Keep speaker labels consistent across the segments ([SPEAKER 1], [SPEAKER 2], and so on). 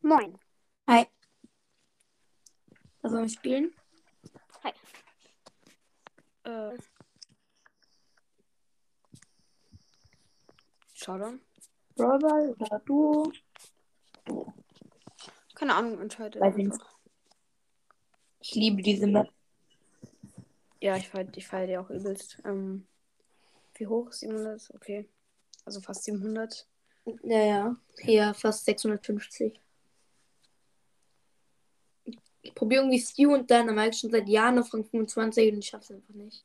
[SPEAKER 1] Moin.
[SPEAKER 2] Hi. Was wollen wir spielen?
[SPEAKER 1] Äh,
[SPEAKER 2] Showdown. Brawlball oder Duo?
[SPEAKER 1] keine Ahnung, entscheidet.
[SPEAKER 2] Weiß ich nicht.
[SPEAKER 1] einfach.
[SPEAKER 2] Ich liebe diese Map.
[SPEAKER 1] Ja, ich feiere ich feier die auch übelst. Ähm, wie hoch? 700? Okay. Also fast 700.
[SPEAKER 2] Naja, hier fast 650. Ich probiere irgendwie Stew und Dynamite schon seit Jahren auf Rang 25 und ich schaff's einfach nicht.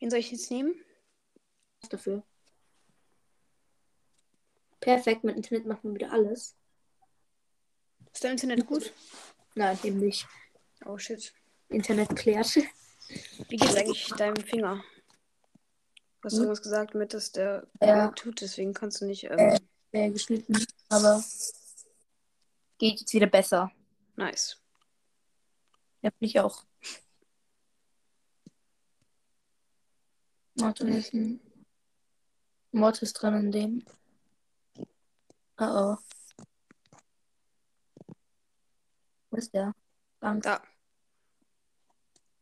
[SPEAKER 1] Wen soll ich jetzt nehmen?
[SPEAKER 2] Was dafür? Perfekt, mit Internet macht man wieder alles.
[SPEAKER 1] Ist dein Internet gut?
[SPEAKER 2] Nein, eben nicht.
[SPEAKER 1] Oh shit.
[SPEAKER 2] Internet klärt.
[SPEAKER 1] Wie geht's eigentlich deinem Finger? Du hast
[SPEAKER 2] Hm?
[SPEAKER 1] irgendwas gesagt mit, dass der
[SPEAKER 2] Ja.
[SPEAKER 1] tut, deswegen kannst du nicht. Ähm,
[SPEAKER 2] Äh, geschnitten, aber geht jetzt wieder besser.
[SPEAKER 1] nice.
[SPEAKER 2] Ja, finde ich auch. Mord ist, ein... Mord ist dran an dem. Oh oh. Wo ist der? Bank.
[SPEAKER 1] Da.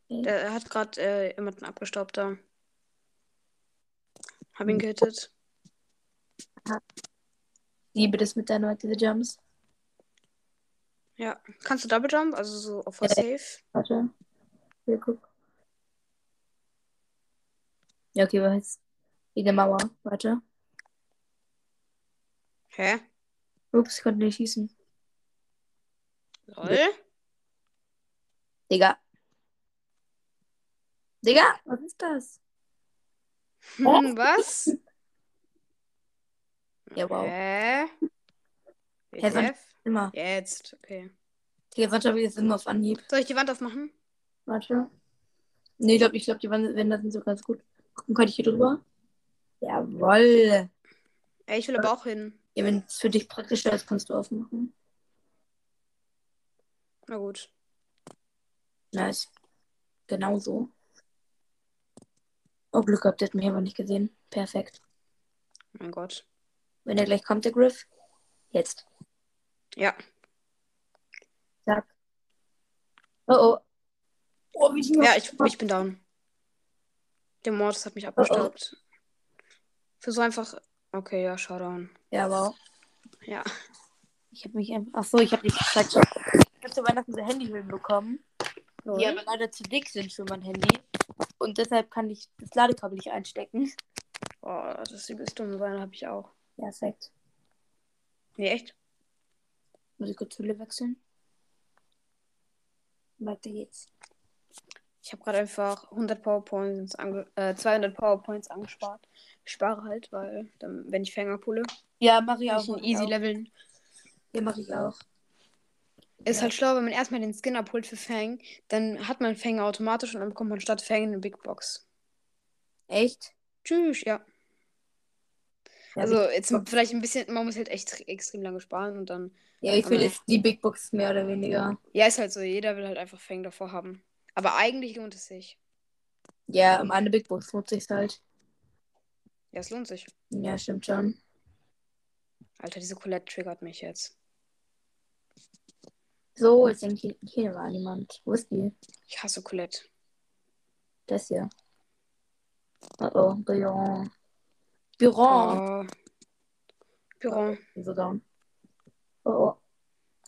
[SPEAKER 1] Der, er hat gerade äh, jemanden abgestaubt da. Hab ihn
[SPEAKER 2] Hm.
[SPEAKER 1] gehittet.
[SPEAKER 2] Liebe das mit deiner diese Jumps.
[SPEAKER 1] Ja. Kannst du Double Jump? Also so auf for safe?
[SPEAKER 2] Warte. Hier, guck. Ja, okay, was? Jede Mauer. Warte.
[SPEAKER 1] Hä?
[SPEAKER 2] Ups, ich konnte nicht schießen.
[SPEAKER 1] Lol?
[SPEAKER 2] Digga. Digga, was ist das?
[SPEAKER 1] Hm, Was?
[SPEAKER 2] Ja, wow.
[SPEAKER 1] Äh. Hä?
[SPEAKER 2] Hä, wann-
[SPEAKER 1] WTF?
[SPEAKER 2] Immer.
[SPEAKER 1] Jetzt, okay.
[SPEAKER 2] Digga, warte, habe ich jetzt immer auf Anhieb.
[SPEAKER 1] Soll ich die Wand aufmachen?
[SPEAKER 2] Warte. Nee, ich glaube, ich glaub, die Wand- Wände sind so ganz gut. Gucken, kann ich hier drüber? Jawoll.
[SPEAKER 1] Ey, ich will aber auch hin.
[SPEAKER 2] Ja, wenn es für dich praktischer ist, kannst du aufmachen.
[SPEAKER 1] Na gut.
[SPEAKER 2] Nice. Genau so. Oh, Glück gehabt, der hat mich aber nicht gesehen. Perfekt.
[SPEAKER 1] Mein Gott.
[SPEAKER 2] Wenn er gleich kommt, der Griff. Jetzt.
[SPEAKER 1] Ja.
[SPEAKER 2] Zack. Oh, oh. Oh, wie ich ihn
[SPEAKER 1] Ja, ich, ich bin down. Der Mordes hat mich abgestaubt. Für so einfach. Okay, ja, Showdown.
[SPEAKER 2] Ja, wow.
[SPEAKER 1] Ja.
[SPEAKER 2] Ich habe mich einfach. Achso, ich habe nicht gesagt. Ich habe zu Weihnachten so Handyhüllen bekommen,
[SPEAKER 1] Lol.
[SPEAKER 2] die aber leider zu dick sind für mein Handy. Und deshalb kann ich das Ladekabel nicht einstecken.
[SPEAKER 1] Oh, das ist übelst dumm, weil habe ich auch.
[SPEAKER 2] Perfekt.
[SPEAKER 1] Nee, echt?
[SPEAKER 2] Muss ich kurz Hülle wechseln? Weiter geht's.
[SPEAKER 1] Ich habe gerade einfach 100 PowerPoints ange äh, 200 PowerPoints angespart. Ich spare halt, weil dann, wenn ich Fänger pulle,
[SPEAKER 2] Ja, mach ich
[SPEAKER 1] kann
[SPEAKER 2] auch.
[SPEAKER 1] ich ihn easy leveln.
[SPEAKER 2] Ja, mach ich auch.
[SPEAKER 1] Ist halt schlau, wenn man erstmal den Skin abholt für Fang, dann hat man Fang automatisch und dann bekommt man statt Fang eine Big Box.
[SPEAKER 2] Echt?
[SPEAKER 1] Tschüss, ja.
[SPEAKER 2] Ja,
[SPEAKER 1] also
[SPEAKER 2] ich-
[SPEAKER 1] jetzt vielleicht ein bisschen, man muss halt echt extrem lange sparen und dann.
[SPEAKER 2] Ja, ich will jetzt die Big Box mehr oder weniger.
[SPEAKER 1] Ja, ist halt so, jeder will halt einfach Fang davor haben. Aber eigentlich lohnt es sich.
[SPEAKER 2] Ja, um eine Big Box nutze ich halt.
[SPEAKER 1] Ja, es lohnt sich.
[SPEAKER 2] Ja, stimmt schon.
[SPEAKER 1] Alter, diese Colette triggert mich jetzt.
[SPEAKER 2] So, jetzt denke ich, hier war niemand. Wo ist die?
[SPEAKER 1] Ich hasse Colette.
[SPEAKER 2] Das hier. Oh oh, Biron. Biron.
[SPEAKER 1] Oh. Büro.
[SPEAKER 2] So down. Äh, Oh, oh.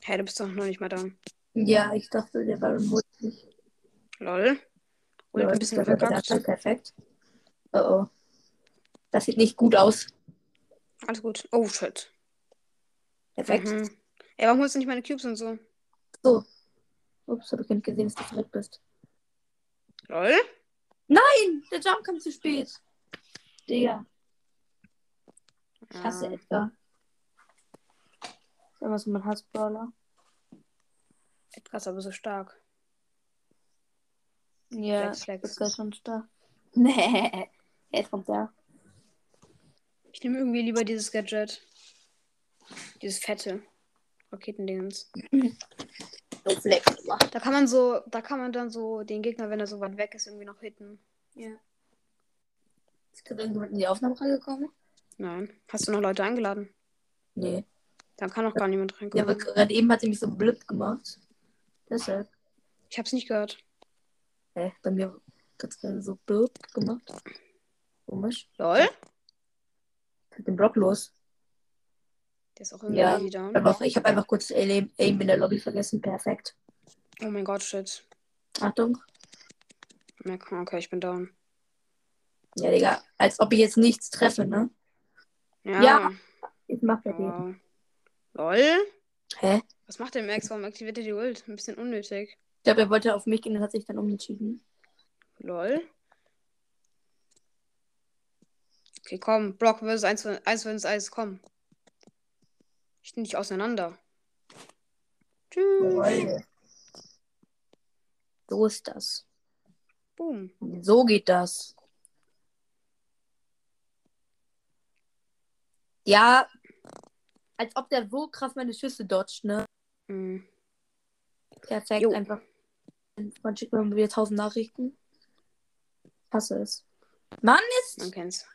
[SPEAKER 1] Hä, du bist doch noch nicht mal da.
[SPEAKER 2] Ja, ich dachte, der war im Boot.
[SPEAKER 1] Lol. Ult ein bisschen verkackt.
[SPEAKER 2] Perfekt. Oh, oh. Das sieht nicht gut aus.
[SPEAKER 1] Alles gut. Oh, shit.
[SPEAKER 2] Perfekt.
[SPEAKER 1] Mhm. Ey, warum holst du nicht meine Cubes und so?
[SPEAKER 2] Ups, hab ich nicht gesehen, dass du verrückt bist.
[SPEAKER 1] Lol.
[SPEAKER 2] Nein, der Jump kam zu spät. Digga, ich hasse
[SPEAKER 1] Ähm,
[SPEAKER 2] Edgar. Ist immer so mein Hassbrawler.
[SPEAKER 1] Edgar ist aber so stark.
[SPEAKER 2] Ja,
[SPEAKER 1] Flex, flex.
[SPEAKER 2] Edgar ist schon stark. Nee, jetzt kommt der.
[SPEAKER 1] Ich nehme irgendwie lieber dieses Gadget. Dieses fette Raketendingens.
[SPEAKER 2] So flex gemacht.
[SPEAKER 1] Da kann man so, da kann man dann so den Gegner, wenn er so weit weg ist, irgendwie noch hitten.
[SPEAKER 2] Ja. Ist gerade irgendjemand in die Aufnahme reingekommen?
[SPEAKER 1] Nein. Hast du noch Leute eingeladen?
[SPEAKER 2] Nee.
[SPEAKER 1] Dann kann auch gar niemand
[SPEAKER 2] Ja,
[SPEAKER 1] reinkommen.
[SPEAKER 2] aber gerade eben hat sie mich so blöd gemacht. Deshalb.
[SPEAKER 1] Ich hab's nicht gehört.
[SPEAKER 2] Hä? Bei mir hat es gerade so blöd gemacht. Komisch.
[SPEAKER 1] Lol?
[SPEAKER 2] Mit dem Block los.
[SPEAKER 1] Der ist auch irgendwie
[SPEAKER 2] Ja.
[SPEAKER 1] down.
[SPEAKER 2] Aber ich habe einfach kurz Aim Aim in der Lobby vergessen. Perfekt.
[SPEAKER 1] Oh mein Gott, shit.
[SPEAKER 2] Achtung.
[SPEAKER 1] Na komm, Okay, ich bin down.
[SPEAKER 2] Ja, Digga. Als ob ich jetzt nichts treffe, ne?
[SPEAKER 1] Ja.
[SPEAKER 2] Ja. Jetzt macht er den.
[SPEAKER 1] Wow. Lol?
[SPEAKER 2] Hä?
[SPEAKER 1] Was macht der Max? Warum aktiviert er die Ult? Ein bisschen unnötig.
[SPEAKER 2] Ich glaube, er wollte auf mich gehen und hat sich dann umentschieden.
[SPEAKER 1] Lol? Okay, komm. Brock versus 1 Eis versus Eis, komm. Ich nehme dich auseinander. Tschüss.
[SPEAKER 2] So ist das.
[SPEAKER 1] Boom.
[SPEAKER 2] So geht das. Ja. Als ob der so krass meine Schüsse dodgt, ne?
[SPEAKER 1] Mhm.
[SPEAKER 2] Perfekt,
[SPEAKER 1] Jo.
[SPEAKER 2] einfach. Man schickt mir wieder tausend Nachrichten. Hasse es. Mann ist.
[SPEAKER 1] Man kennt's.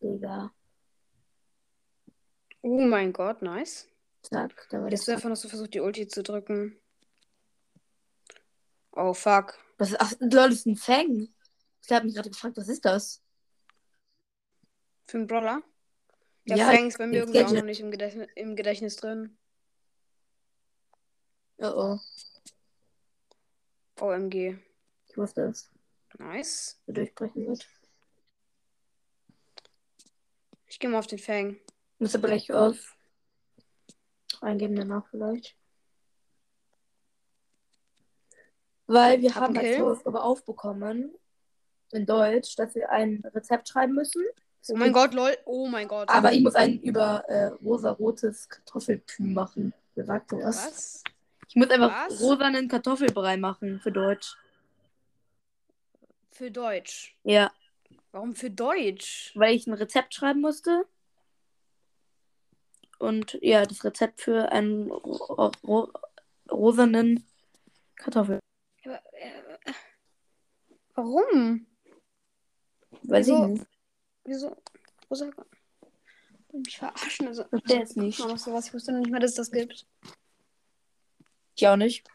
[SPEAKER 2] Digga.
[SPEAKER 1] Oh mein Gott, nice.
[SPEAKER 2] Zack, da war das.
[SPEAKER 1] Jetzt hast du einfach noch so versucht, die Ulti zu drücken. Oh fuck.
[SPEAKER 2] Was ist, ach, lol, das ist ein Fang. Ich habe mich gerade gefragt, was ist das?
[SPEAKER 1] Für einen Brawler? Der
[SPEAKER 2] Ja,
[SPEAKER 1] Fang ist bei mir
[SPEAKER 2] jetzt
[SPEAKER 1] irgendwie auch
[SPEAKER 2] Gadget.
[SPEAKER 1] noch nicht im Gedächtnis, im Gedächtnis drin.
[SPEAKER 2] Oh oh,
[SPEAKER 1] OMG.
[SPEAKER 2] ich wusste es.
[SPEAKER 1] Nice.
[SPEAKER 2] So durchbrechen wird.
[SPEAKER 1] Ich gehe mal auf den Fang. Oh
[SPEAKER 2] Muss aber gleich auf. Eingeben danach vielleicht. Weil wir haben
[SPEAKER 1] Okay.
[SPEAKER 2] als Hausaufgabe aufbekommen, in Deutsch, dass wir ein Rezept schreiben müssen.
[SPEAKER 1] Oh mein Gott, lol. Oh mein Gott.
[SPEAKER 2] Aber ich muss ein über äh, rosa-rotes Kartoffelpü machen. Wer sagt sowas?
[SPEAKER 1] Was?
[SPEAKER 2] Ich muss einfach
[SPEAKER 1] Was?
[SPEAKER 2] rosanen Kartoffelbrei machen für Deutsch.
[SPEAKER 1] Für Deutsch.
[SPEAKER 2] Ja,
[SPEAKER 1] Warum für Deutsch?
[SPEAKER 2] weil ich ein Rezept schreiben musste. Und ja, das Rezept für einen ro ro rosanen Kartoffel.
[SPEAKER 1] Aber, äh, äh, Warum?
[SPEAKER 2] Weiß
[SPEAKER 1] Wieso?
[SPEAKER 2] ich nicht.
[SPEAKER 1] Wieso? Rosa. Will Mich verarschen. Also,
[SPEAKER 2] Verstehe es nicht.
[SPEAKER 1] Noch sowas. Ich wusste noch nicht mal, dass es das gibt.
[SPEAKER 2] Ich auch nicht.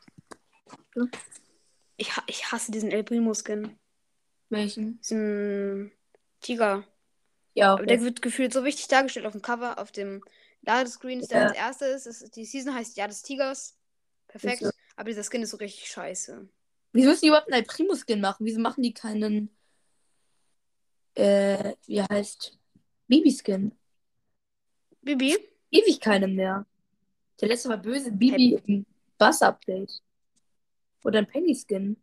[SPEAKER 1] Ich, ha- ich hasse diesen El Primo-Skin.
[SPEAKER 2] Welchen?
[SPEAKER 1] Diesen Tiger.
[SPEAKER 2] Ja,
[SPEAKER 1] Aber der wird gefühlt so wichtig dargestellt auf dem Cover, auf dem Ladescreen ist der
[SPEAKER 2] Ja.
[SPEAKER 1] als erstes. Es ist, die Season heißt Jahr des Tigers. Perfekt.
[SPEAKER 2] Ist so.
[SPEAKER 1] Aber dieser Skin ist so richtig scheiße.
[SPEAKER 2] Wieso müssen die überhaupt einen Primus-Skin machen? Wieso machen die keinen, äh, wie heißt, Bibi-Skin?
[SPEAKER 1] Bibi?
[SPEAKER 2] ewig keinem mehr. Der letzte war böse Bibi im Bass-Update. Oder ein Penny-Skin.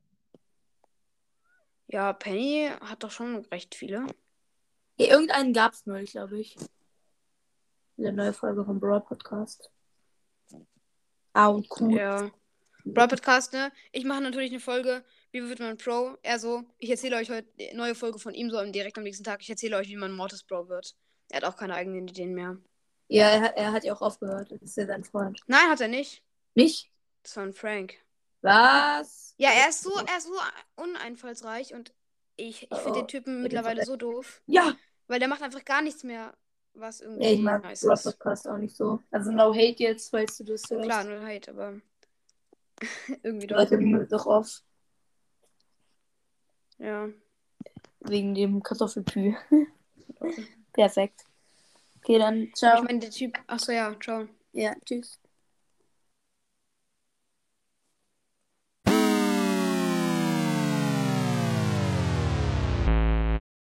[SPEAKER 1] Ja, Penny hat doch schon recht viele.
[SPEAKER 2] Ja, irgendeinen gab's neulich, glaube ich. In der neuen Folge vom Brawl Podcast. Ah, und cool.
[SPEAKER 1] Ja. Brawl Podcast, ne? Ich mache natürlich eine Folge, wie wird man Pro? Er so, ich erzähle euch heute eine neue Folge von ihm so am- direkt am nächsten Tag. Ich erzähle euch, wie man Mortis Pro wird. Er hat auch keine eigenen Ideen mehr.
[SPEAKER 2] Ja, er, er hat ja auch aufgehört. Das ist ja sein Freund.
[SPEAKER 1] Nein, hat er nicht.
[SPEAKER 2] Nicht?
[SPEAKER 1] Das war ein Frank.
[SPEAKER 2] Was?
[SPEAKER 1] Ja, er ist so, er ist so uneinfallsreich und ich, ich finde
[SPEAKER 2] Oh,
[SPEAKER 1] den Typen mittlerweile so doof.
[SPEAKER 2] Ja.
[SPEAKER 1] Weil der macht einfach gar nichts mehr, was irgendwie
[SPEAKER 2] ja ich mag
[SPEAKER 1] nice
[SPEAKER 2] Brawl
[SPEAKER 1] ist.
[SPEAKER 2] Podcast auch nicht so. Also, no hate jetzt, falls du das hörst.
[SPEAKER 1] Klar, nur halt, aber
[SPEAKER 2] Die
[SPEAKER 1] irgendwie doch.
[SPEAKER 2] Leute nehmen doch auf
[SPEAKER 1] Ja.
[SPEAKER 2] wegen dem Kartoffelpü. Perfekt. Okay, dann
[SPEAKER 1] Ich
[SPEAKER 2] ciao.
[SPEAKER 1] meine, der Typ. Achso, ja, ciao.
[SPEAKER 2] Ja, tschüss.